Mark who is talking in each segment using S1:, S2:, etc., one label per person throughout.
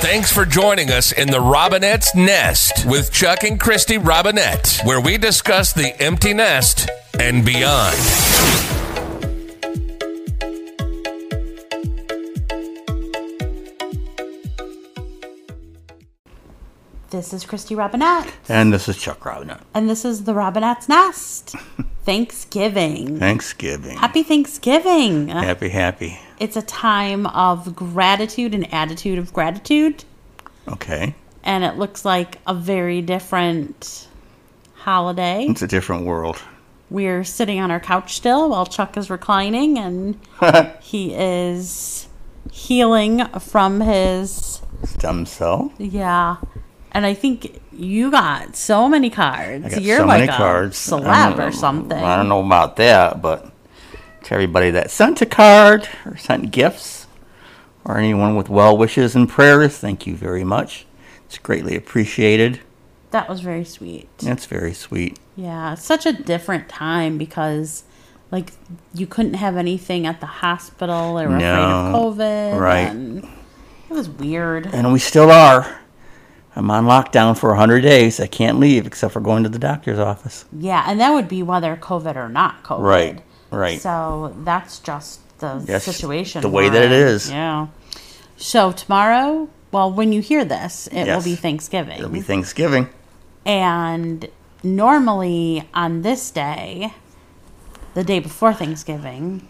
S1: Thanks for joining us in the Robinette's Nest with Chuck and Christy Robinette, where we discuss the empty nest and beyond.
S2: This is Christy Robinette,
S3: And this is Chuck Robinette.
S2: and this is the Robinette's Nest. Thanksgiving.
S3: Thanksgiving.
S2: Happy Thanksgiving. Uh,
S3: happy, happy.
S2: It's a time of gratitude and attitude of gratitude,
S3: Okay.
S2: and it looks like a very different holiday.
S3: It's a different world.
S2: We're sitting on our couch still while Chuck is reclining and he is healing from his
S3: Stem cell.
S2: Yeah. And I think you got so many cards.
S3: I got
S2: You're
S3: so
S2: like
S3: many
S2: a
S3: cards. I
S2: celeb
S3: don't
S2: or
S3: know-
S2: something.
S3: I don't know about that, but to everybody that sent a card or sent gifts or anyone with well wishes and prayers, thank you very much. It's greatly appreciated.
S2: That was very sweet. Yeah.
S3: That's very sweet.
S2: it's Such a different time because like you couldn't have anything at the hospital. They were afraid
S3: No.
S2: of COVID.
S3: Right.
S2: And it was weird.
S3: And we still are. I'm on lockdown for 100 days. I can't leave except for going to the doctor's office.
S2: Yeah, and that would be whether COVID or not COVID.
S3: Right, right.
S2: So that's just the
S3: That's
S2: situation.
S3: the way
S2: we're
S3: that it
S2: in.
S3: is.
S2: Yeah. So tomorrow, well, when you hear this, it will
S3: Yes.
S2: be Thanksgiving.
S3: It'll be Thanksgiving.
S2: And normally on this day, the day before Thanksgiving,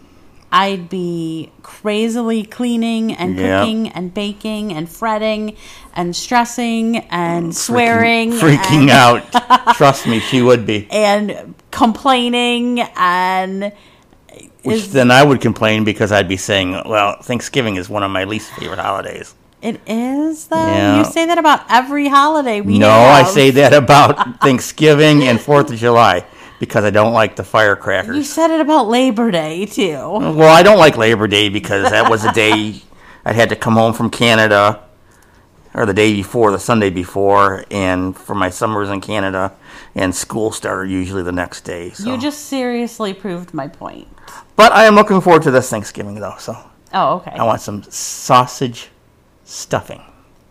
S2: I'd be crazily cleaning and
S3: Yeah.
S2: cooking and baking and fretting and stressing and swearing and,
S3: freaking out. Trust me, she would be.
S2: and complaining and
S3: Which then I would complain because I'd be saying, "Well, Thanksgiving is one of my least favorite holidays."
S2: it is though.
S3: Yeah.
S2: You say that about every holiday we
S3: No,
S2: have.
S3: I say that about Thanksgiving and Fourth of July because I don't like the
S2: you
S3: firecrackers.
S2: said it about Labor Day too.
S3: Well, I don't like Labor Day because that was the day I had to come home from Canada, or the day before, the Sunday before, and for my summers in Canada, and school started usually the next day. So.
S2: You just seriously proved my point.
S3: but I am looking forward to this Thanksgiving though. So
S2: Oh, okay.
S3: I want some sausage stuffing.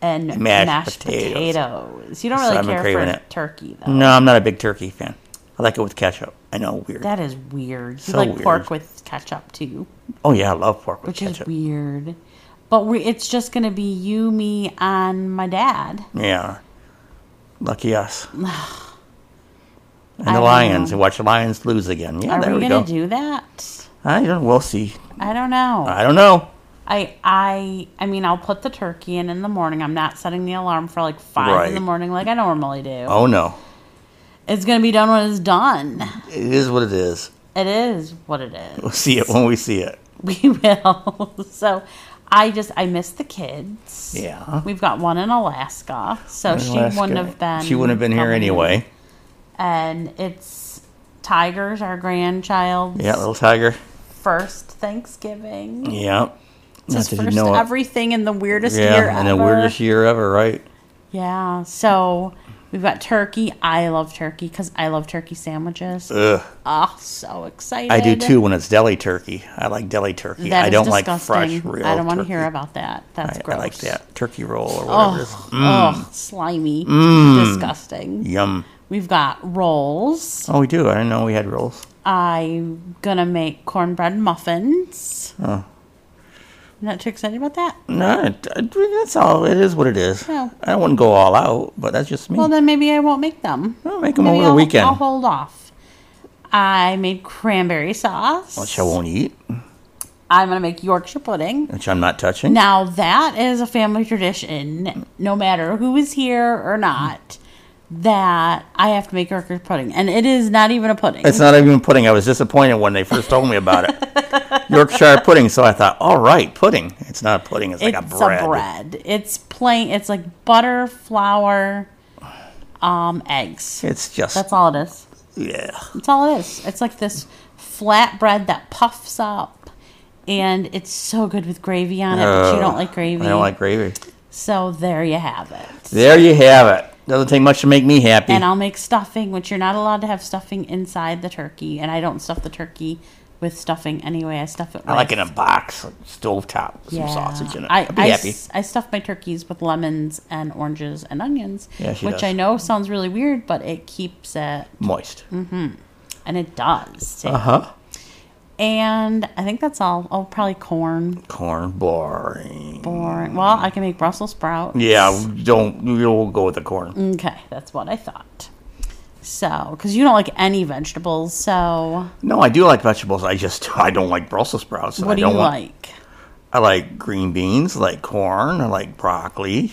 S2: and mashed, potatoes.
S3: potatoes.
S2: You don't really
S3: I've been
S2: care for
S3: craving it. Mm.
S2: turkey though.
S3: No, I'm not a big turkey fan. I like it with ketchup. I know, weird.
S2: That is weird. You
S3: So
S2: like pork
S3: weird.
S2: with ketchup too,
S3: oh yeah, I love pork with
S2: which
S3: ketchup.
S2: is weird. But we, it's just gonna be you, me, and my dad.
S3: Yeah, lucky us. and
S2: I
S3: the
S2: don't
S3: Lions.
S2: know.
S3: You watch the Lions lose again. Yeah,
S2: Are
S3: Oh, there
S2: we,
S3: we,
S2: gonna
S3: go.
S2: do that?
S3: I don't. We'll see.
S2: I don't know.
S3: I don't know.
S2: I I I mean, I'll put the turkey in in the morning. I'm not setting the alarm for like five in the
S3: Right.
S2: morning like I normally do.
S3: Oh no,
S2: It's gonna be done when it's done.
S3: it is what it is.
S2: It is what it is.
S3: We'll see it when we see it.
S2: We will. so I just I miss the kids.
S3: Yeah.
S2: We've got one in Alaska, so she
S3: Alaska.
S2: wouldn't have been.
S3: She wouldn't have been here
S2: coming.
S3: anyway.
S2: And it's Tiger's our grandchild's
S3: Yeah, little tiger.
S2: first Thanksgiving.
S3: Yeah.
S2: It's his
S3: Not that
S2: first
S3: it.
S2: everything in the weirdest year
S3: Yeah, and the
S2: ever.
S3: weirdest year ever, right?
S2: Yeah. So we've got turkey. I love turkey because I love turkey sandwiches.
S3: Ugh.
S2: Oh, so excited!
S3: I do too when it's deli turkey. I like deli turkey.
S2: That
S3: I
S2: is
S3: don't like
S2: disgusting.
S3: fresh, real
S2: I don't want to
S3: turkey.
S2: hear about that. That's
S3: I,
S2: gross.
S3: I like that turkey roll or
S2: Oh,
S3: whatever it is.
S2: oh, slimy,
S3: Mm.
S2: disgusting.
S3: Yum.
S2: We've got rolls.
S3: Oh, we do. I didn't know we had rolls.
S2: I'm gonna make cornbread muffins. Oh. Not too excited about that.
S3: No, it- it- that's all. It is what it is.
S2: Oh.
S3: I wouldn't go all out, but that's just me.
S2: Well, then maybe I won't make them.
S3: I'll make them
S2: Maybe
S3: over the
S2: I'll-
S3: weekend.
S2: I'll hold off. I made cranberry sauce.
S3: which I won't eat,
S2: I'm gonna make Yorkshire pudding.
S3: which I'm not touching.
S2: Now that is a family tradition, no matter who is here or not, that I have to make Yorkshire pudding, and it is not even a pudding.
S3: It's not even pudding. I was disappointed when they first told me about it. Yorkshire pudding. So I thought, all right, pudding. It's not a pudding. It's like
S2: it's
S3: a bread.
S2: It's plain. It's like butter, flour, um, eggs.
S3: It's just
S2: That's all it is.
S3: yeah.
S2: That's all it is. It's like this flat bread that puffs up, and it's so good with gravy on it. but you don't
S3: Ugh,
S2: like gravy.
S3: Uh, I don't like gravy.
S2: So there you have it.
S3: There you have it. Doesn't take much to make me happy.
S2: And I'll make stuffing, which you're not allowed to have stuffing inside the turkey, and I don't stuff the turkey with stuffing anyway. I stuff it.
S3: I like it
S2: with-
S3: in a box, like stovetop, some sausage in it.
S2: I,
S3: I'd be
S2: I
S3: happy.
S2: s- I stuff my turkeys with lemons and oranges and onions,
S3: Yeah, she
S2: which
S3: does.
S2: I know sounds really weird, but it keeps it,
S3: Moist.
S2: Mm. and it does. too.
S3: Uh huh.
S2: And I think that's all. Oh, probably corn.
S3: Corn boring.
S2: Or well, I can make Brussels sprouts.
S3: Yeah, don't you'll go with the corn.
S2: Okay, that's what I thought. So, because you don't like any vegetables, so
S3: No, I do like vegetables. I just I don't like Brussels sprouts. and
S2: what
S3: I
S2: do you
S3: don't want-
S2: like?
S3: I like green beans, I like corn, I like broccoli,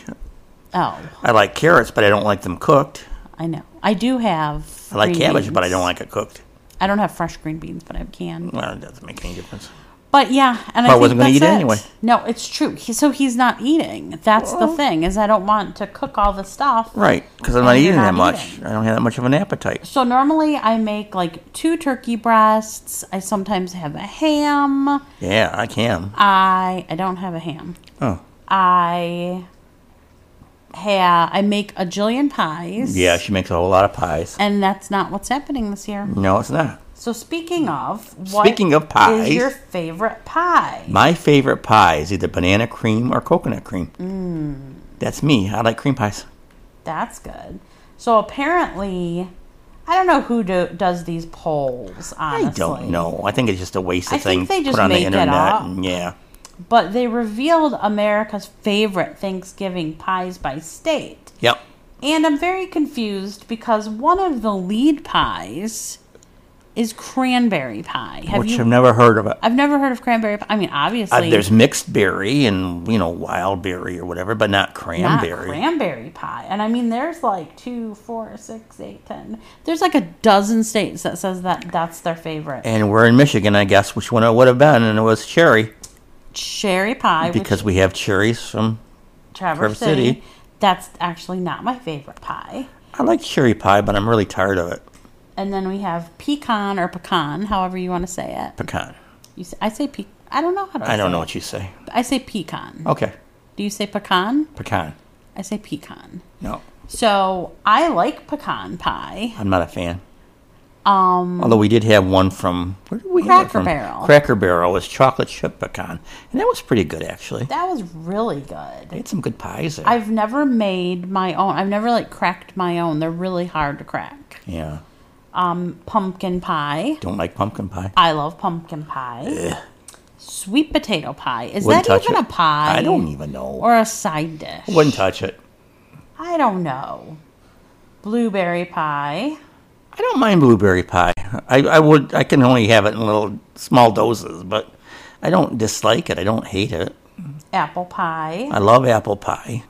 S2: Oh,
S3: I like carrots, but I don't like them cooked.
S2: I know. I do have.
S3: I like
S2: green
S3: cabbage, but I
S2: beans.
S3: don't like it cooked.
S2: I don't have fresh green beans, but I have canned.
S3: Well, it doesn't make any difference.
S2: But yeah, and
S3: Well, I
S2: I
S3: wasn't
S2: wasn't going
S3: gonna
S2: to
S3: eat it anyway.
S2: No, it's true. He, so he's not eating. That's the thing is I don't want to cook all the stuff.
S3: Right, because I'm not
S2: And
S3: eating
S2: you're
S3: that
S2: not
S3: much.
S2: eating.
S3: I don't have that much of an appetite.
S2: So normally I make like two turkey breasts. I sometimes have a ham.
S3: Yeah, I can.
S2: I I don't have a ham.
S3: Oh,
S2: I have I make a jillion pies.
S3: yeah, she makes a whole lot of pies.
S2: And that's not what's happening this year.
S3: No, it's not.
S2: So speaking of, what
S3: Speaking of pies.
S2: is your favorite pie?
S3: My favorite pie is either banana cream or coconut cream. Mm. That's me. I like cream pies.
S2: That's good. So apparently, I don't know who do, does these polls. Honestly,
S3: I don't know. I think it's just a waste of
S2: I
S3: thing
S2: think they just
S3: put on the
S2: make it
S3: internet.
S2: up.
S3: and- yeah.
S2: But they revealed America's favorite Thanksgiving pies by state,
S3: Yep.
S2: and I'm very confused because one of the lead pies is cranberry pie. Have
S3: Which
S2: you?
S3: I've never heard of it.
S2: I've never heard of cranberry pie. I mean,
S3: Uh,
S2: obviously,
S3: there's mixed berry and you know wild berry or whatever, but not
S2: not
S3: cranberry.
S2: cranberry pie. And I mean, there's like two, four, six, eight, ten. There's like a dozen states that says that that's their favorite.
S3: and we're in Michigan, I guess, which one it would have been, and it was cherry
S2: Cherry pie, which
S3: because we have cherries from.
S2: Traverse,
S3: Traverse
S2: City.
S3: City.
S2: That's actually not my favorite pie.
S3: I like cherry pie, but I'm really tired of it.
S2: And then we have pecan or pecan, however you want to say it.
S3: Pecan.
S2: You say, I say pe- I don't know how to.
S3: I don't
S2: say
S3: know
S2: it.
S3: what you say.
S2: I say pecan.
S3: Okay,
S2: Do you say pecan?
S3: pecan.
S2: I say pecan.
S3: No,
S2: So I like pecan pie.
S3: I'm not a fan. Um, Although we did have one from where did we have it
S2: Cracker
S3: from?
S2: Barrel.
S3: Cracker Barrel was chocolate chip pecan, and that was pretty good actually.
S2: That was really good.
S3: They had some good pies there.
S2: I've never made my own. I've never like cracked my own. They're really hard to crack.
S3: yeah,
S2: Pumpkin pie.
S3: don't like pumpkin pie.
S2: I love pumpkin pie. Sweet potato pie. Is
S3: Wouldn't
S2: that
S3: touch
S2: even
S3: it.
S2: a pie?
S3: I don't e even know.
S2: or a side dish.
S3: Wouldn't touch it.
S2: I don't know. Blueberry pie.
S3: I don't mind blueberry pie. I, I would. I can only have it in little small doses, but I don't dislike it. I don't hate it.
S2: Apple pie.
S3: I love apple pie.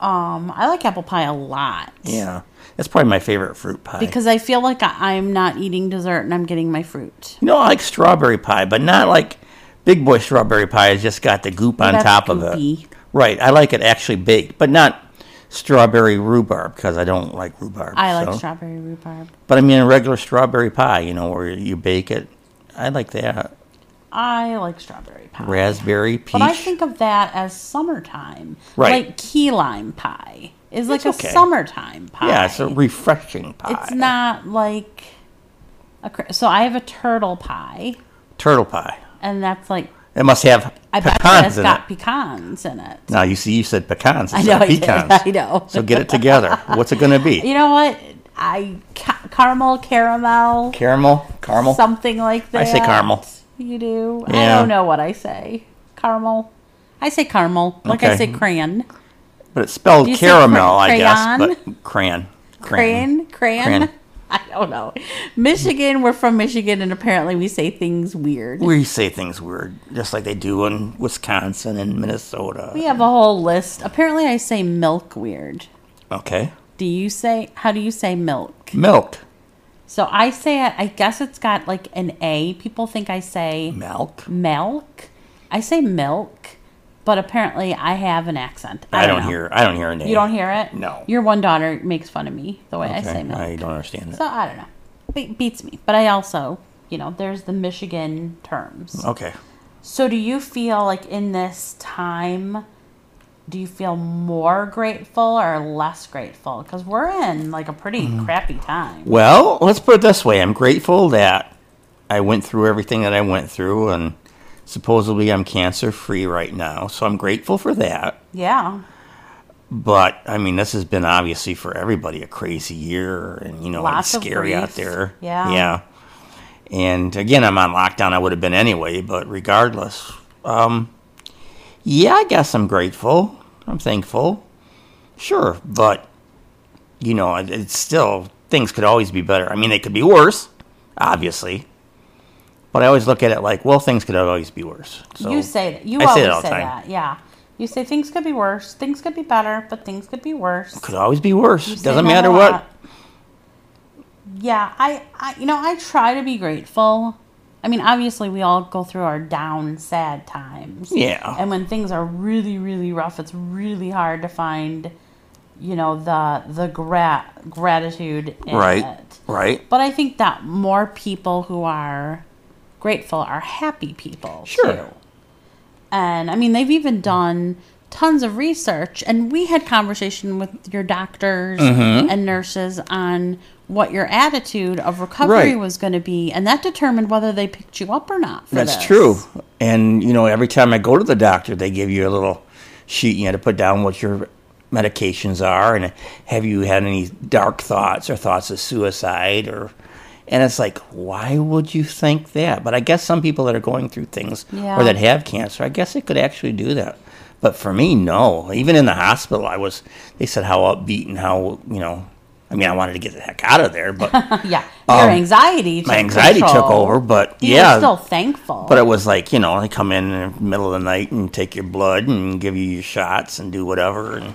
S2: Um, I like apple pie a lot.
S3: Yeah, that's probably my favorite fruit pie.
S2: Because I feel like I- I'm not eating dessert and I'm getting my fruit.
S3: you know, I like strawberry pie, but not like big boy strawberry pie. It's just got the goop on
S2: that's
S3: top of
S2: goopy.
S3: it. Right. I like it actually baked, but not strawberry rhubarb because I don't like rhubarb.
S2: I like
S3: so.
S2: strawberry rhubarb.
S3: But I mean, a regular strawberry pie. You know, where you bake it. I like that
S2: I like strawberry pie.
S3: raspberry peach.
S2: But I think of that as summertime.
S3: Right.
S2: Like key lime pie is like
S3: It's
S2: a
S3: okay.
S2: summertime pie.
S3: yeah, it's a refreshing pie.
S2: It's not like a. Cra- so I have a turtle pie,
S3: turtle pie.
S2: and that's like.
S3: It must have
S2: I bet that
S3: pecans
S2: it's
S3: in
S2: got
S3: it.
S2: pecans in it.
S3: Now you see, you said pecans.
S2: I
S3: It's
S2: know.
S3: not
S2: I, did.
S3: pecans.
S2: I know.
S3: So get it together. What's it going to be?
S2: You know what? I ca- caramel, caramel,
S3: Caramel, caramel.
S2: something like that.
S3: I say caramel.
S2: You do.
S3: Yeah.
S2: I don't know what I say. Caramel. I say caramel. Like I
S3: Okay.
S2: say crayon.
S3: But it's spelled
S2: You say
S3: caramel,
S2: cray-
S3: I guess.
S2: crayon?
S3: But crayon.
S2: Crayon. Crayon.
S3: Crayon.
S2: I don't know. Michigan. We're from Michigan, and apparently we say things weird.
S3: We say things weird, just like they do in Wisconsin and Minnesota.
S2: We have a whole list. Apparently, I say milk weird.
S3: Okay.
S2: Do you say? How do you say milk?
S3: Milk.
S2: So I say it. I guess it's got like an A. People think I say
S3: Milk.
S2: milk. I say milk, but apparently I have an accent.
S3: I don't
S2: know.
S3: hear. I don't hear a name.
S2: You don't hear it?
S3: No.
S2: Your one daughter makes fun of me the way I
S3: Okay,
S2: say milk.
S3: I don't understand it.
S2: So I don't know. Be- beats me. But I also, you know, there's the Michigan terms.
S3: Okay.
S2: So do you feel like in this time, do you feel more grateful or less grateful? Because
S3: Mm.
S2: we're in like a pretty crappy time.
S3: Well, let's put it this way. I'm grateful that I went through everything that I went through, and supposedly I'm cancer free right now. So I'm grateful for that.
S2: Yeah.
S3: But I mean, this has been obviously for everybody a crazy year, and you know,
S2: Lots of
S3: it's scary out
S2: grief.
S3: there.
S2: Yeah.
S3: yeah. And again, I'm on lockdown. I would have been anyway, but regardless, um, yeah, I guess I'm grateful. I'm thankful. Sure, but you know, it- it's still things could always be better. I mean, they could be worse, obviously. But I always look at it like, well, things could always be worse. So
S2: you say that. You
S3: I
S2: always
S3: say it
S2: say,
S3: all the time.
S2: that. Yeah. You say things could be worse. Things could be better, but things could be worse.
S3: could always be worse.
S2: You say
S3: Doesn't
S2: that a
S3: matter what.
S2: lot. Yeah, I, I, you know, I try to be grateful. I mean, obviously, we all go through our down, sad times.
S3: Yeah.
S2: And when things are really, really rough, it's really hard to find, you know, the the gra- gratitude in
S3: Right.
S2: it.
S3: Right.
S2: But I think that more people who are grateful are happy people
S3: Sure.
S2: too. And I mean, they've even done tons of research, and we had conversation with your doctors
S3: Mm-hmm.
S2: and nurses on what your attitude of recovery
S3: Right.
S2: was going to be, and that determined whether they picked you up or not. For
S3: That's
S2: this.
S3: true. And you know, every time I go to the doctor, they give you a little sheet. You had to put down what your medications are, and have you had any dark thoughts or thoughts of suicide or. And it's like, why would you think that? But I guess some people that are going through things
S2: Yeah.
S3: or that have cancer, I guess they could actually do that. But for me, no. Even in the hospital, I was. They said how upbeat and how you know. I mean, I wanted to get the heck out of there, but my
S2: Yeah, your anxiety. Took
S3: Um, anxiety took
S2: control.
S3: over. But
S2: You
S3: yeah,
S2: were still thankful.
S3: but it was like, you know, they come in in the middle of the night and take your blood and give you your shots and do whatever. And,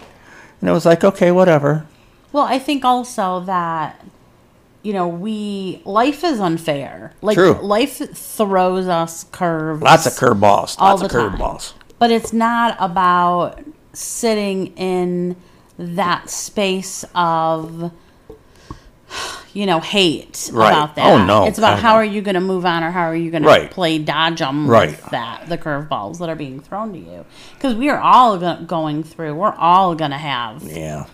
S3: and it was like, okay, whatever.
S2: Well, I think also that you know we life is unfair. Like
S3: True.
S2: life throws us curves,
S3: Lots of curveballs.
S2: all
S3: Lots
S2: the
S3: of
S2: time.
S3: curveballs.
S2: But it's not about sitting in that space of you know hate
S3: Right.
S2: about that.
S3: Oh, no.
S2: It's about
S3: God,
S2: how
S3: no.
S2: are you going to move on or how are you going
S3: Right.
S2: to play dodge them
S3: Right.
S2: with that the curveballs that are being thrown to you because we are all go- going through. We're all going to have
S3: Yeah.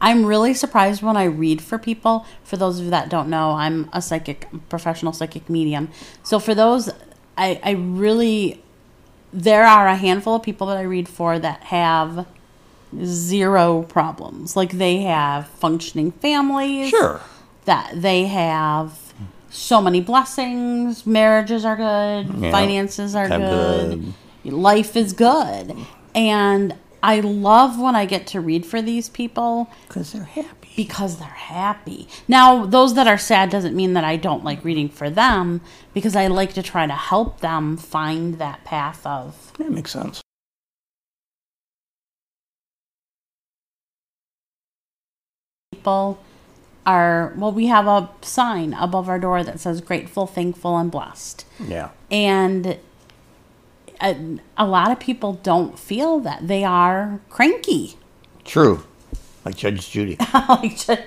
S2: I'm really surprised when I read for people. For those of you that don't know, I'm a psychic, professional psychic medium. So for those, I, I really, there are a handful of people that I read for that have zero problems. Like they have functioning families.
S3: Sure.
S2: That they have so many blessings. Marriages are good.
S3: Yeah.
S2: Finances are
S3: Kinda
S2: good. Life is good. And I love when I get to read for these people
S3: Because they're happy.
S2: because they're happy. Now, those that are sad doesn't mean that I don't like reading for them because I like to try to help them find that path of
S3: That makes sense.
S2: people are well we have a sign above our door that says grateful, thankful and blessed.
S3: Yeah.
S2: And a, a lot of people don't feel that they are cranky.
S3: True. Like Judge Judy.
S2: like just,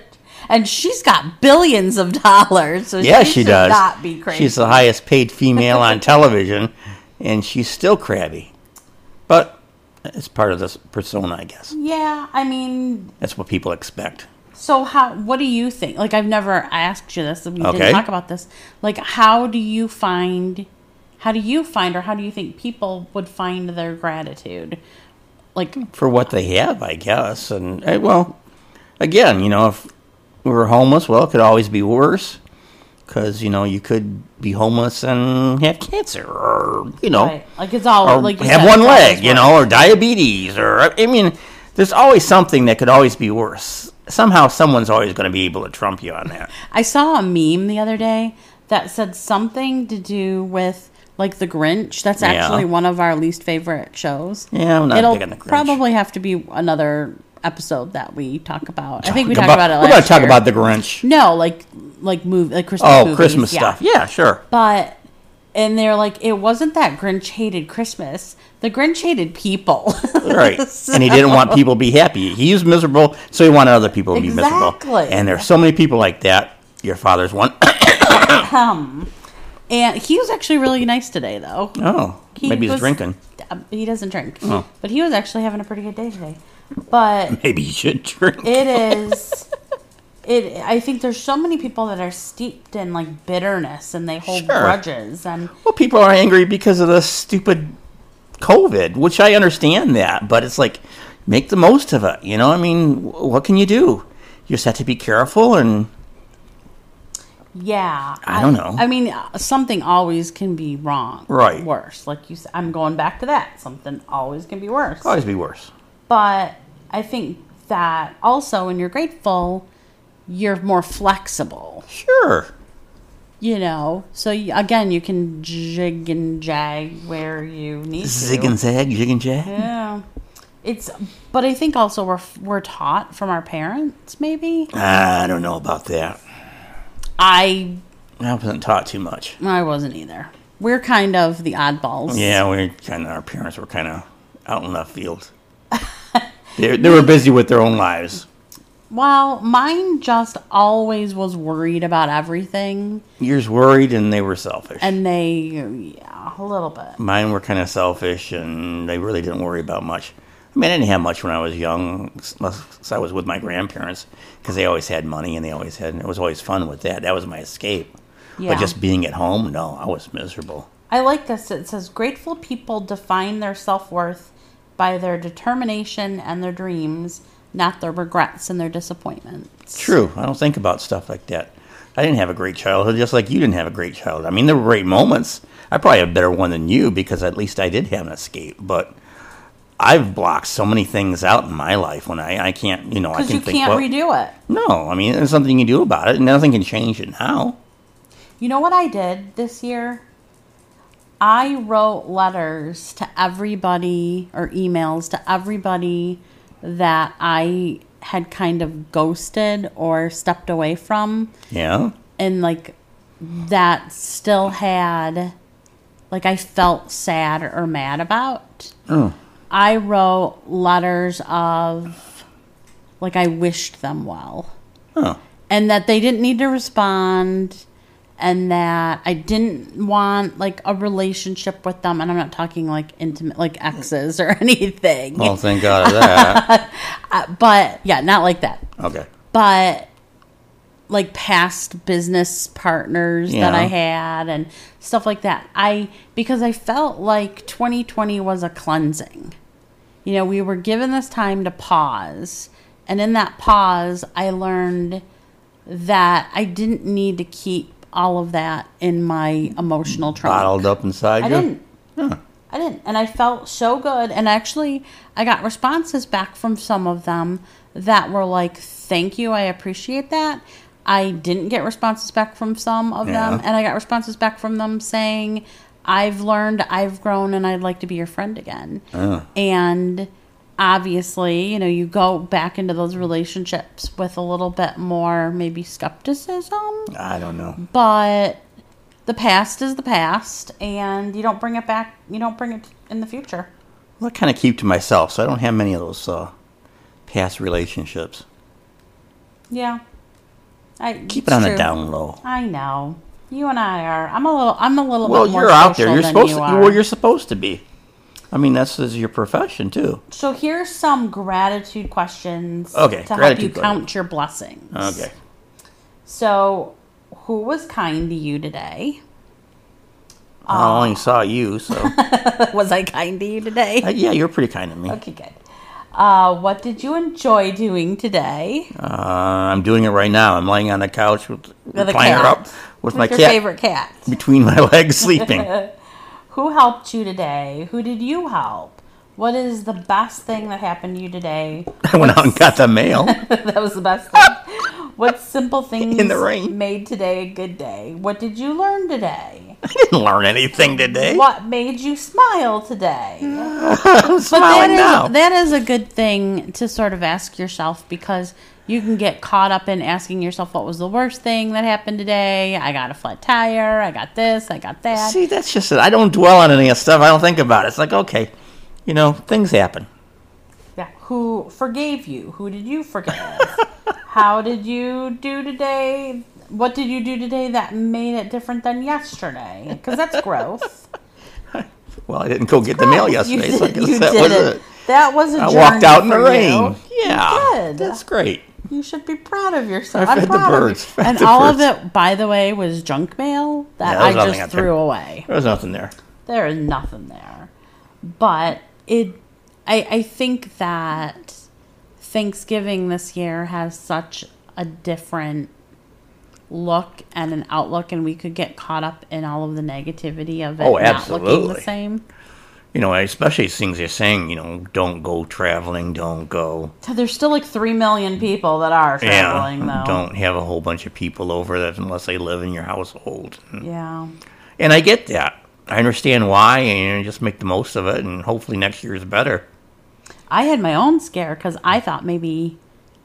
S2: and she's got billions of dollars. So
S3: yeah, she
S2: should
S3: does.
S2: Not be cranky.
S3: She's the highest paid female on television, and she's still crabby. But it's part of this persona, I guess.
S2: Yeah, I mean,
S3: That's what people expect.
S2: So how what do you think? Like I've never asked you this. We
S3: Okay.
S2: didn't talk about this. Like how do you find how do you find or how do you think people would find their gratitude? Like
S3: for what they have, I guess. And eh, well, again, you know, if we were homeless, well, it could always be worse because you know you could be homeless and have cancer, or you know,
S2: right. Like it's all
S3: or
S2: like you
S3: have
S2: said,
S3: one
S2: it's
S3: leg,
S2: always
S3: you
S2: worse.
S3: know, or diabetes, or I mean, there's always something that could always be worse. Somehow, someone's always going to be able to trump you on that.
S2: I saw a meme the other day that said something to do with like the Grinch. That's
S3: Yeah.
S2: actually one of our least favorite shows.
S3: Yeah, I'm not
S2: It'll
S3: big on the Grinch.
S2: probably have to be another episode that we talk about. I think we
S3: Talk
S2: talked about, it.
S3: we're going to
S2: last
S3: talk
S2: year.
S3: about the Grinch.
S2: No, like like move like Christmas.
S3: Oh,
S2: movies,
S3: Christmas
S2: yeah.
S3: stuff. Yeah, sure.
S2: But and they're like, it wasn't that Grinch hated Christmas. The Grinch hated people.
S3: Right. And he didn't want people to be happy. He was miserable, so he wanted other people to be miserable.
S2: Exactly.
S3: And there's so many people like that. Your father's one.
S2: Um, and he was actually really nice today, though.
S3: oh,
S2: He
S3: maybe he's
S2: was-
S3: drinking. Oh.
S2: Uh, He doesn't drink, but he was actually having a pretty good day today. But
S3: Maybe he should drink.
S2: it is it I think there's so many people that are steeped in like bitterness and they hold
S3: Sure.
S2: grudges and
S3: Well, people are angry because of the stupid COVID, which I understand that, but it's like make the most of it. You know, I mean, wh- what can you do? You just have to be careful and
S2: yeah.
S3: I don't know.
S2: I mean, uh, something always can be wrong.
S3: Right.
S2: Worse. Like you s- I'm going back to that. Something always can be worse.
S3: always be worse.
S2: But I think that also when you're grateful, you're more flexible.
S3: Sure.
S2: You know, so you, again, you can jig and jag where you need to.
S3: Zig and zag, jig and jag.
S2: Yeah, it's. But I think also we're we're taught from our parents. Maybe
S3: I don't know about that.
S2: I
S3: I wasn't taught too much.
S2: I wasn't either. We're kind of the oddballs.
S3: Yeah, we kind of our parents were kind of out in left field. they, they were busy with their own lives.
S2: Well, mine just always was worried about everything,
S3: Yours worried and they were selfish.
S2: and they yeah a little bit.
S3: Mine were kind of selfish and they really didn't worry about much. I mean, I didn't have much when I was young, unless I was with my grandparents because they always had money and they always had, and it was always fun with that. That was my escape.
S2: Yeah.
S3: But just being at home, no, I was miserable.
S2: I like this. It says grateful people define their self worth by their determination and their dreams, not their regrets and their disappointments.
S3: True. I don't think about stuff like that. I didn't have a great childhood, just like you didn't have a great childhood. I mean, there were great moments. I probably have a better one than you because at least I did have an escape. But I've blocked so many things out in my life when I, I can't, you know, I
S2: because
S3: can
S2: you
S3: think.
S2: can't
S3: well,
S2: redo it.
S3: no, I mean, there's something you can do about it, and nothing can change it now.
S2: You know what I did this year? I wrote letters to everybody or emails to everybody that I had kind of ghosted or stepped away from
S3: Yeah.
S2: and like that still had like I felt sad or mad about.
S3: Oh.
S2: I wrote letters of like I wished them well
S3: Oh,
S2: and that they didn't need to respond and that I didn't want like a relationship with them and I'm not talking like intimate like exes or anything
S3: well, thank God of that.
S2: but yeah not like that
S3: okay.
S2: but like past business partners that I
S3: Yeah.
S2: had and stuff like that I because I felt like 2020 was a cleansing you know, we were given this time to pause. And in that pause, I learned that I didn't need to keep all of that in my emotional trunk.
S3: Bottled up inside
S2: I
S3: you?
S2: didn't. I didn't. And I felt so good. And actually, I got responses back from some of them that were like, thank you. I appreciate that. I didn't get responses back from some of them.
S3: Yeah.
S2: And I got responses back from them saying, I've learned, I've grown, and I'd like to be your friend again. And obviously, you know, you go back into those relationships with a little bit more maybe skepticism
S3: I don't know.
S2: but the past is the past and you don't bring it back you don't bring it in the future
S3: I kind of keep to myself, so I don't have many of those uh, past relationships.
S2: yeah i
S3: Keep it
S2: it's
S3: on
S2: true.
S3: the down low.
S2: i know you and i are i'm a little i'm a little
S3: Well,
S2: bit more
S3: you're out there.
S2: social
S3: You're
S2: than
S3: supposed
S2: you
S3: to.
S2: are.
S3: Well, you're supposed to be. I mean, that's is your profession too.
S2: so here's some gratitude questions
S3: Okay,
S2: to help you
S3: gratitude question.
S2: count your blessings
S3: Okay.
S2: so who was kind to you today uh,
S3: I only saw you, so Uh,
S2: was i kind to you today
S3: yeah, you're pretty kind to me.
S2: okay good uh, what did you enjoy doing today
S3: Uh, I'm doing it right now. I'm laying on the couch with
S2: With a
S3: recliner
S2: cat.
S3: up with, my
S2: your
S3: cat
S2: favorite cat
S3: between my legs sleeping.
S2: Who helped you today? Who did you help? What is the best thing that happened to you today?
S3: I went out and got the mail.
S2: that was the best thing. what simple things
S3: In the rain.
S2: made today a good day? What did you learn today?
S3: I didn't learn anything today.
S2: What made you smile today?
S3: I'm
S2: But that
S3: smiling now.
S2: is, that is a good thing to sort of ask yourself because you can get caught up in asking yourself what was the worst thing that happened today. I got a flat tire. I got this. I got that.
S3: See, that's just it. I don't dwell on any of that stuff. I don't think about it. It's like okay, you know, things happen.
S2: Yeah. Who forgave you? Who did you forgive? How did you do today? What did you do today that made it different than yesterday? Because that's growth.
S3: Well, I didn't go get the mail
S2: you
S3: yesterday,
S2: did,
S3: so I guess
S2: you
S3: that
S2: did
S3: was
S2: it.
S3: it.
S2: That was a
S3: I
S2: journey
S3: walked out in the
S2: for you.
S3: rain. Yeah,
S2: You did.
S3: that's great.
S2: You should be proud of yourself.
S3: I
S2: I'm
S3: fed the
S2: proud of you.
S3: birds. Fed
S2: And
S3: the
S2: all
S3: birds.
S2: of it, by the way, was junk mail that
S3: Yeah,
S2: I
S3: there's nothing
S2: just
S3: out there.
S2: threw away.
S3: There was nothing there.
S2: There is nothing there. But it, I, I think that Thanksgiving this year has such a different look and an outlook, and we could get caught up in all of the negativity of it
S3: Oh,
S2: not looking the
S3: absolutely.
S2: same.
S3: You know, especially things they're saying, you know, don't go traveling, don't go.
S2: So there's still like three million people that are traveling,
S3: yeah,
S2: though.
S3: don't have a whole bunch of people over that unless they live in your household.
S2: Yeah.
S3: And I get that. I understand why, and you just make the most of it, and hopefully next year is better.
S2: I had my own scare because I thought maybe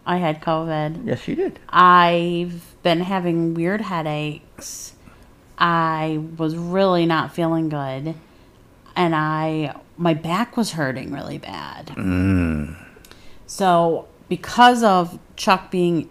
S2: I had COVID.
S3: Yes, you did.
S2: I've been having weird headaches. I was really not feeling good, and I my back was hurting really bad. Mm. So because of Chuck being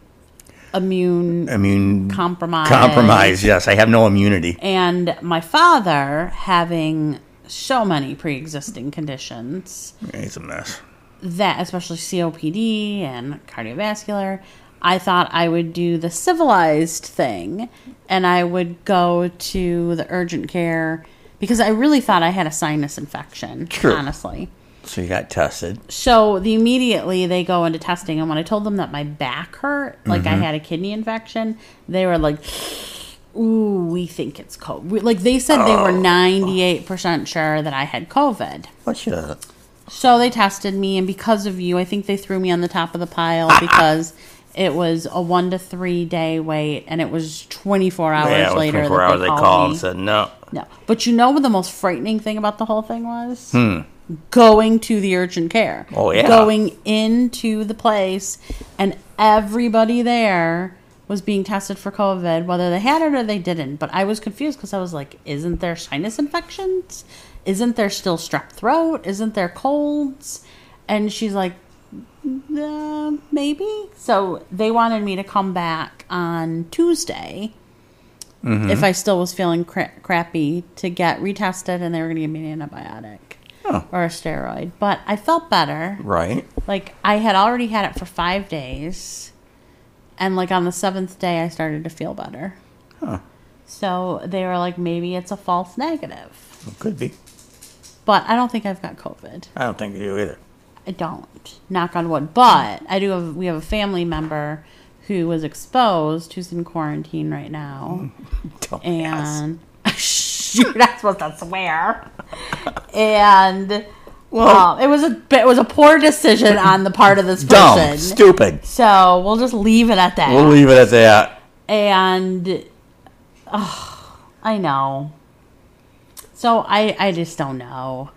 S2: immune
S3: Immune
S2: compromised,
S3: compromise. Yes, I have no immunity.
S2: and my father having so many pre-existing conditions
S3: It's a mess.
S2: that, especially COPD and cardiovascular, I thought I would do the civilized thing and I would go to the urgent care because I really thought I had a sinus infection,
S3: Sure.
S2: honestly.
S3: So you got tested.
S2: So the immediately they go into testing, and when I told them that my back hurt, like I had a kidney infection, they were like, "Ooh, we think it's COVID." We- Like they said, they were ninety-eight percent sure that I had COVID.
S3: What should I?
S2: So they tested me, and because of you, I think they threw me on the top of the pile
S3: Ah.
S2: because it was a one to three day wait, and it was 24 hours
S3: Yeah, it was
S2: later.
S3: 24
S2: that
S3: hours. They
S2: called
S3: called
S2: me.
S3: and said no.
S2: No. But you know what the most frightening thing about the whole thing was? Going to the urgent care.
S3: Hmm. Oh, yeah.
S2: Going into the place, and everybody there was being tested for COVID, whether they had it or they didn't. But I was confused because I was like, isn't there sinus infections? Isn't there still strep throat? Isn't there colds? And she's like, uh, maybe. So they wanted me to come back on Tuesday if I still was feeling cra- crappy to get retested, and they were going to give me an antibiotic
S3: Oh.
S2: or a steroid. But I felt better.
S3: Right.
S2: Like I had already had it for five days, and like on the seventh day, I started to feel better. So they were like, maybe it's a false negative,
S3: Could be.
S2: but I don't think I've got COVID.
S3: I don't think you do either.
S2: I don't. Knock on wood. But I do have we have a family member who was exposed who's in quarantine right now.
S3: Dumbass.
S2: And you're not supposed to swear. And
S3: Well-
S2: um, it was a it was a poor decision on the part of this
S3: Dumb.
S2: person.
S3: Stupid.
S2: so we'll just leave it at that.
S3: We'll leave it at that.
S2: and ugh, I know. So I I just don't know.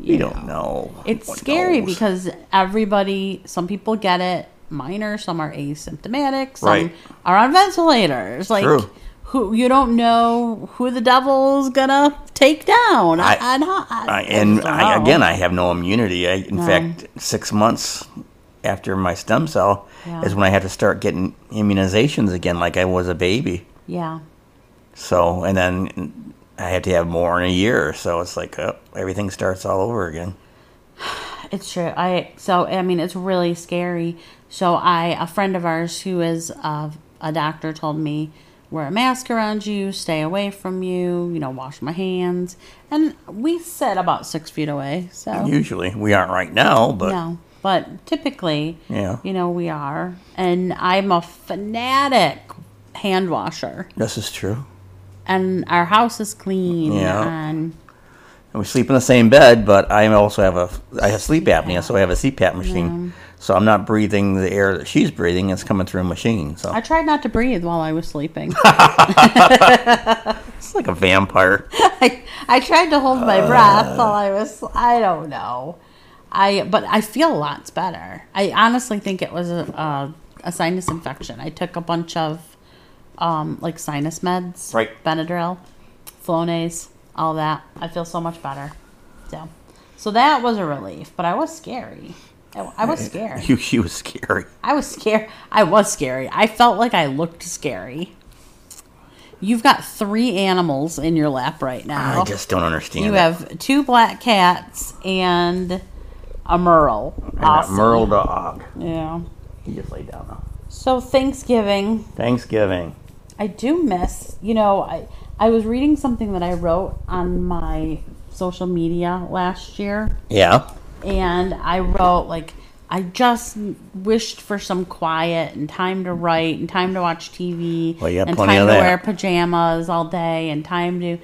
S3: You don't know.
S2: It's
S3: No one
S2: scary
S3: knows.
S2: because everybody, some people get it minor, some are asymptomatic, some
S3: Right.
S2: are on ventilators. Like,
S3: True.
S2: who you don't know who the devil's gonna take down. I,
S3: I-
S2: I, don't-
S3: I,
S2: I
S3: and
S2: don't
S3: I,
S2: know.
S3: again, I have no immunity. I, in fact, six months after my stem cell
S2: Yeah.
S3: is when I had to start getting immunizations again, like I was a baby.
S2: yeah,
S3: So, and then I had to have more in a year. So it's like uh, everything starts all over again.
S2: it's true. I so I mean, it's really scary. So I, a friend of ours who is a, a doctor, told me wear a mask around you, stay away from you, you know, wash my hands, and we sit about six feet away. So
S3: Usually, we aren't right now, but
S2: no but typically
S3: Yeah.
S2: you know we are and i'm a fanatic hand washer
S3: this is true.
S2: and our house is clean
S3: Yeah.
S2: and
S3: And we sleep in the same bed, but I also have a I have sleep apnea, so I have a CPAP machine. So I'm not breathing the air that she's breathing; it's coming through a machine. So
S2: i tried not to breathe while i was sleeping
S3: it's like a vampire.
S2: I, I tried to hold my
S3: Uh.
S2: breath while i was i don't know i but i feel lots better i honestly think it was a, a, a sinus infection i took a bunch of um like sinus meds
S3: Right.
S2: benadryl flonase all that i feel so much better so so that was a relief but i was scary i, I was scared
S3: You, she was scary.
S2: I was scared. I was scary. I felt like I looked scary. You've got three animals in your lap right now.
S3: I just don't understand.
S2: you
S3: it.
S2: have two black cats and a merle.
S3: And that
S2: Awesome.
S3: Merle dog.
S2: Yeah.
S3: He just laid down. Now.
S2: So Thanksgiving,
S3: Thanksgiving.
S2: I do miss. You know, I I was reading something that I wrote on my social media last year,
S3: Yeah.
S2: and I wrote like I just wished for some quiet and time to write and time to watch TV
S3: Well, you got
S2: and
S3: plenty
S2: time
S3: of
S2: to
S3: that.
S2: wear pajamas all day and time to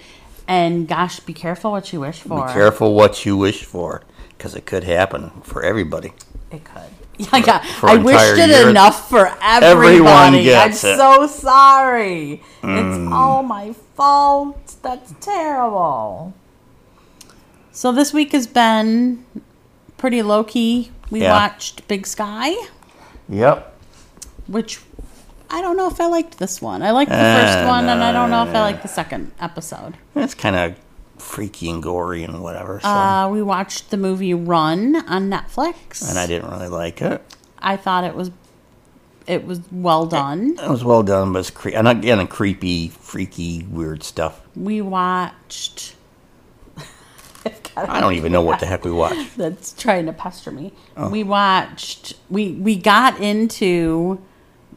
S2: and gosh, be careful what you wish for.
S3: Be careful what you wish for, because it could happen for everybody.
S2: It could. Yeah, yeah.
S3: for
S2: I
S3: an entire
S2: wished it
S3: year.
S2: enough for everybody.
S3: Everyone gets
S2: I'm
S3: it. Mm.
S2: so sorry. It's all my fault. That's terrible. So this week has been pretty low key. We
S3: Yeah.
S2: watched Big Sky,
S3: Yep.
S2: which I don't know if I liked this one. I liked the
S3: Uh,
S2: first one, and I don't know if I liked the second episode.
S3: It's kind of freaky and gory and whatever. So.
S2: Uh, we watched the movie Run on Netflix,
S3: and I didn't really like it.
S2: I thought it was it was
S3: Eh,
S2: well done.
S3: It was well done, but it's cre- and again, creepy, freaky, weird stuff.
S2: We watched. I've got
S3: I don't even know what the heck we watched.
S2: that's trying to pester me.
S3: Oh.
S2: We watched. We we got into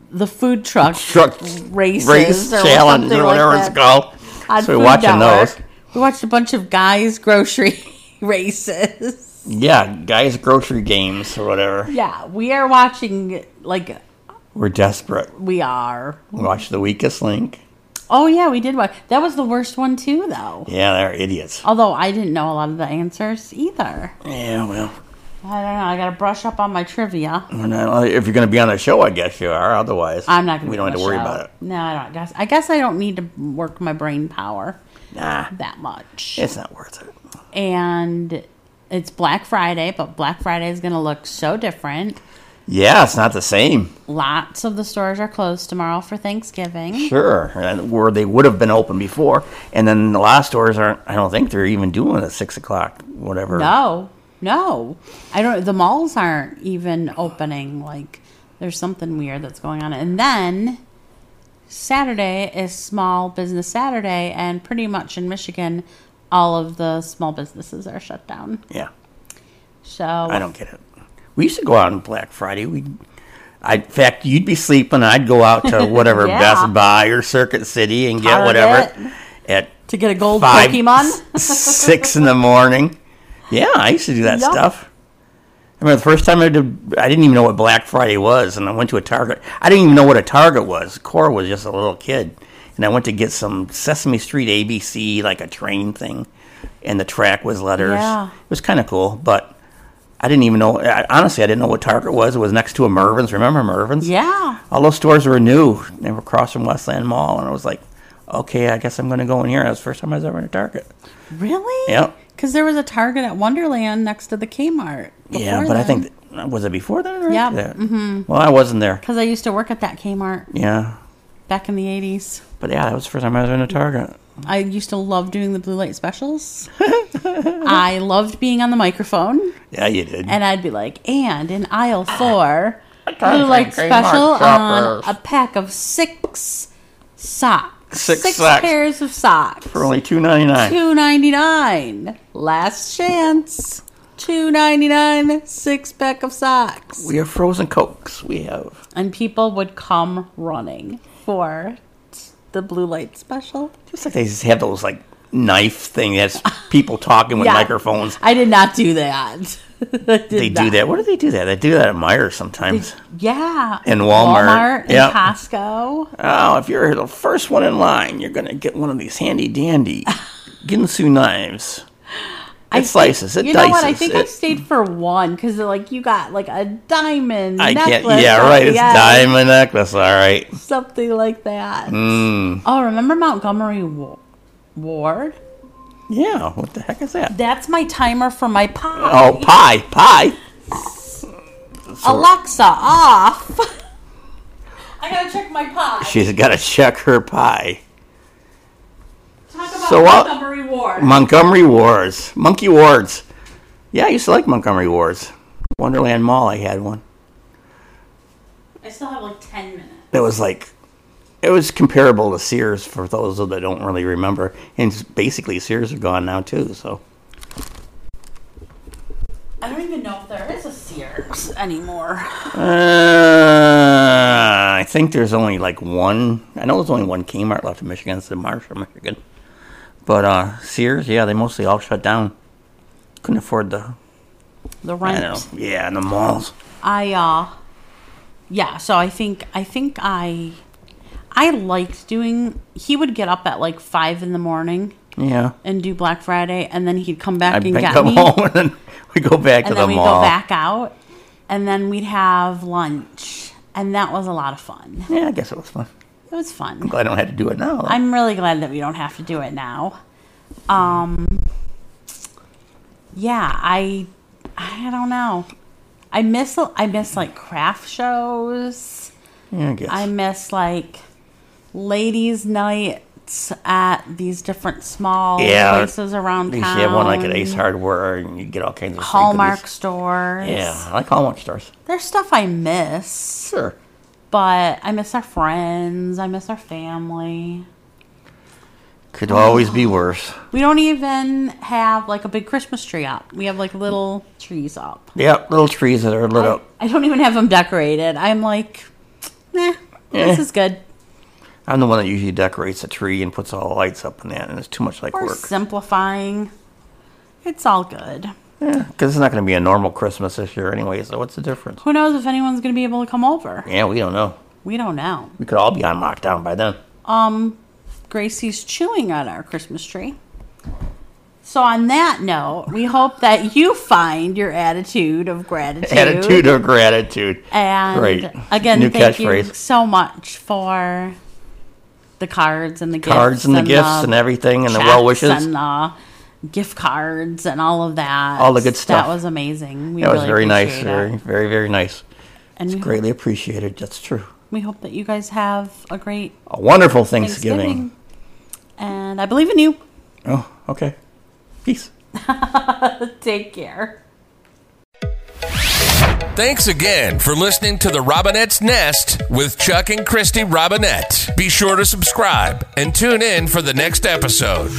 S2: the food truck,
S3: Truck
S2: races
S3: race
S2: or
S3: challenge
S2: something
S3: or
S2: like
S3: whatever
S2: that
S3: it's called.
S2: on
S3: so we're
S2: Food
S3: watching
S2: Network.
S3: those.
S2: We watched a bunch of guys' grocery races.
S3: Yeah, guys, grocery games or whatever.
S2: Yeah, we are watching. Like
S3: We're desperate.
S2: we are.
S3: We watched The Weakest Link.
S2: Oh yeah, we did watch. That was the worst one too, though.
S3: Yeah, they're idiots.
S2: Although I didn't know a lot of the answers either.
S3: Yeah, well,
S2: I don't know. I got to brush up on my trivia.
S3: we're not- if you're going to be on the show, I guess you are. Otherwise,
S2: I'm not gonna.
S3: We
S2: be on
S3: don't have to
S2: the
S3: worry
S2: show.
S3: about it.
S2: No, I don't. Guess I guess I don't need to work my brain power
S3: Nah,
S2: that much.
S3: it's not worth it.
S2: and it's Black Friday, but Black Friday is going to look so different.
S3: Yeah, it's not the same.
S2: Lots of the stores are closed tomorrow for Thanksgiving.
S3: Sure, and where they would have been open before, and then the last stores aren't. I don't think they're even doing at six o'clock, whatever.
S2: No, no, I don't. The malls aren't even opening. Like there's something weird that's going on. And then Saturday is Small Business Saturday, and pretty much in Michigan, all of the small businesses are shut down.
S3: Yeah,
S2: So
S3: I don't get it. We used to go out on Black Friday. We, I, in fact, you'd be sleeping. I'd go out to whatever
S2: Yeah.
S3: Best Buy or Circuit City and get
S2: Target.
S3: whatever at
S2: to get a gold
S3: five,
S2: Pokemon.
S3: s- six in the morning. Yeah, I used to do that
S2: Yup.
S3: stuff. I remember the first time I did, I didn't even know what Black Friday was, and I went to a Target. I didn't even know what a Target was. Cora was just a little kid, and I went to get some Sesame Street ABC, like a train thing, and the track was letters.
S2: Yeah.
S3: It was kind of cool, but I didn't even know. I, honestly, I didn't know what Target was. It was next to a Mervin's. Remember Mervin's?
S2: Yeah,
S3: all those stores were new. They were across from Westland Mall, and I was like, okay, I guess I'm going to go in here. That was the first time I was ever in a Target.
S2: really?
S3: Yep.
S2: Because there was a Target at Wonderland next to the Kmart.
S3: yeah, but I think was it before then? Or
S2: Yep,
S3: Mm-hmm. Well, I wasn't there.
S2: because I used to work at that Kmart
S3: Yeah,
S2: back in the '80s.
S3: but yeah, that was the first time I was in a Target.
S2: I used to love doing the blue light specials. I loved being on the microphone,
S3: Yeah, you did.
S2: and I'd be like, "And in aisle four, blue
S3: can't
S2: light
S3: think
S2: special um,
S3: Ah, Kmart
S2: on
S3: shoppers."
S2: a pack of six socks,
S3: Six socks.
S2: pairs of socks
S3: for only two ninety nine.
S2: Two ninety nine. Last chance. Two ninety nine. Six pack of socks.
S3: We have frozen cokes. We have.
S2: And people would come running for the blue light special.
S3: It's like they just have those like knife thing that's people talking with
S2: Yeah.
S3: microphones.
S2: I did not do that.
S3: They do that. What do they do that? They do that at Meijer sometimes.
S2: Yeah.
S3: In Walmart.
S2: and
S3: Yep.
S2: Costco.
S3: Oh, if you're the first one in line, you're gonna get one of these handy dandy Ginsu knives. It
S2: I
S3: slices.
S2: think-
S3: It
S2: you
S3: dices.
S2: know what? I think I
S3: it,
S2: stayed for one because like you got like a diamond.
S3: I can't.
S2: necklace
S3: Yeah,
S2: at
S3: right.
S2: the
S3: It's
S2: end,
S3: diamond necklace. All right.
S2: something like that.
S3: Mm.
S2: Oh, remember Montgomery Wa- Ward?
S3: Yeah. What the heck is that?
S2: That's my timer for my pie.
S3: Oh, pie, pie. Oh,
S2: Alexa, off. I gotta check my pie.
S3: She's got to check her pie.
S2: Talk about
S3: So what-
S2: Montgomery Ward.
S3: Montgomery Wards, Monkey Wards. Yeah, I used to like Montgomery Wards. Wonderland Mall. I had one.
S2: I still have like ten minutes.
S3: It was like, it was comparable to Sears for those that don't really remember. And it's basically, Sears are gone now too. So.
S2: I don't even know if there is a Sears anymore.
S3: Uh, think there's only like one. I know there's only one Kmart left in Michigan. It's in Marshall, Michigan. But uh, Sears, yeah, they mostly all shut down. Couldn't afford the.
S2: The
S3: I
S2: rent.
S3: don't know. Yeah, and the malls.
S2: I uh yeah, so I think I think I I liked doing he would get up at like five in the morning
S3: Yeah.
S2: and do Black Friday and then he'd come back
S3: I
S2: and
S3: would
S2: get
S3: come
S2: me
S3: home and then we go back to
S2: and
S3: the
S2: then we'd
S3: mall.
S2: go back out and then we'd have lunch and that was a lot of fun.
S3: Yeah, I guess it was fun.
S2: It was fun.
S3: Glad I don't have to do it now. though.
S2: I'm really glad that we don't have to do it now. Um yeah, I I don't know. I miss I miss like craft shows.
S3: yeah, I guess.
S2: I miss like ladies' nights at these different small
S3: Yeah,
S2: places around
S3: At least
S2: town.
S3: you have one like at Ace Hardware, and you get all kinds of stuff.
S2: Hallmark stores.
S3: Yeah, I like Hallmark stores.
S2: there's stuff I miss,
S3: Sure.
S2: but I miss our friends. I miss our family.
S3: Could always be worse.
S2: We don't even have like a big Christmas tree up. We have like little trees up.
S3: Yeah, little trees that are lit up.
S2: I don't even have them decorated. I'm like, nah, this
S3: Eh.
S2: is good.
S3: I'm the one that usually decorates a tree and puts all the lights up and that, and it's too much like
S2: We're
S3: work.
S2: simplifying. It's all good.
S3: Yeah, because it's not going to be a normal Christmas this year anyway. So what's the difference?
S2: Who knows if anyone's going to be able to come over?
S3: Yeah, we don't know.
S2: We don't know. Um,
S3: We could all be on lockdown by then.
S2: Gracie's chewing on our Christmas tree. So, on that note, we hope that you find your attitude of gratitude.
S3: Attitude of gratitude.
S2: And
S3: Great.
S2: again,
S3: New
S2: thank you
S3: catchphrase.
S2: so much for the cards and the gifts.
S3: Cards and the gifts and everything and the well
S2: checks
S3: wishes.
S2: um, And the gift cards and all of that.
S3: All the good stuff.
S2: That was amazing. We
S3: That was
S2: really
S3: very nice.
S2: appreciate
S3: Very,
S2: It.
S3: very, very nice.
S2: And we,
S3: Greatly appreciated. That's true.
S2: we hope that you guys have a great
S3: A wonderful
S2: Thanksgiving.
S3: Thanksgiving.
S2: And I believe in you.
S3: Oh, okay. Peace.
S2: Take care.
S1: Thanks again for listening to the Robinette's Nest with Chuck and Christy Robinette. Be sure to subscribe and tune in for the next episode.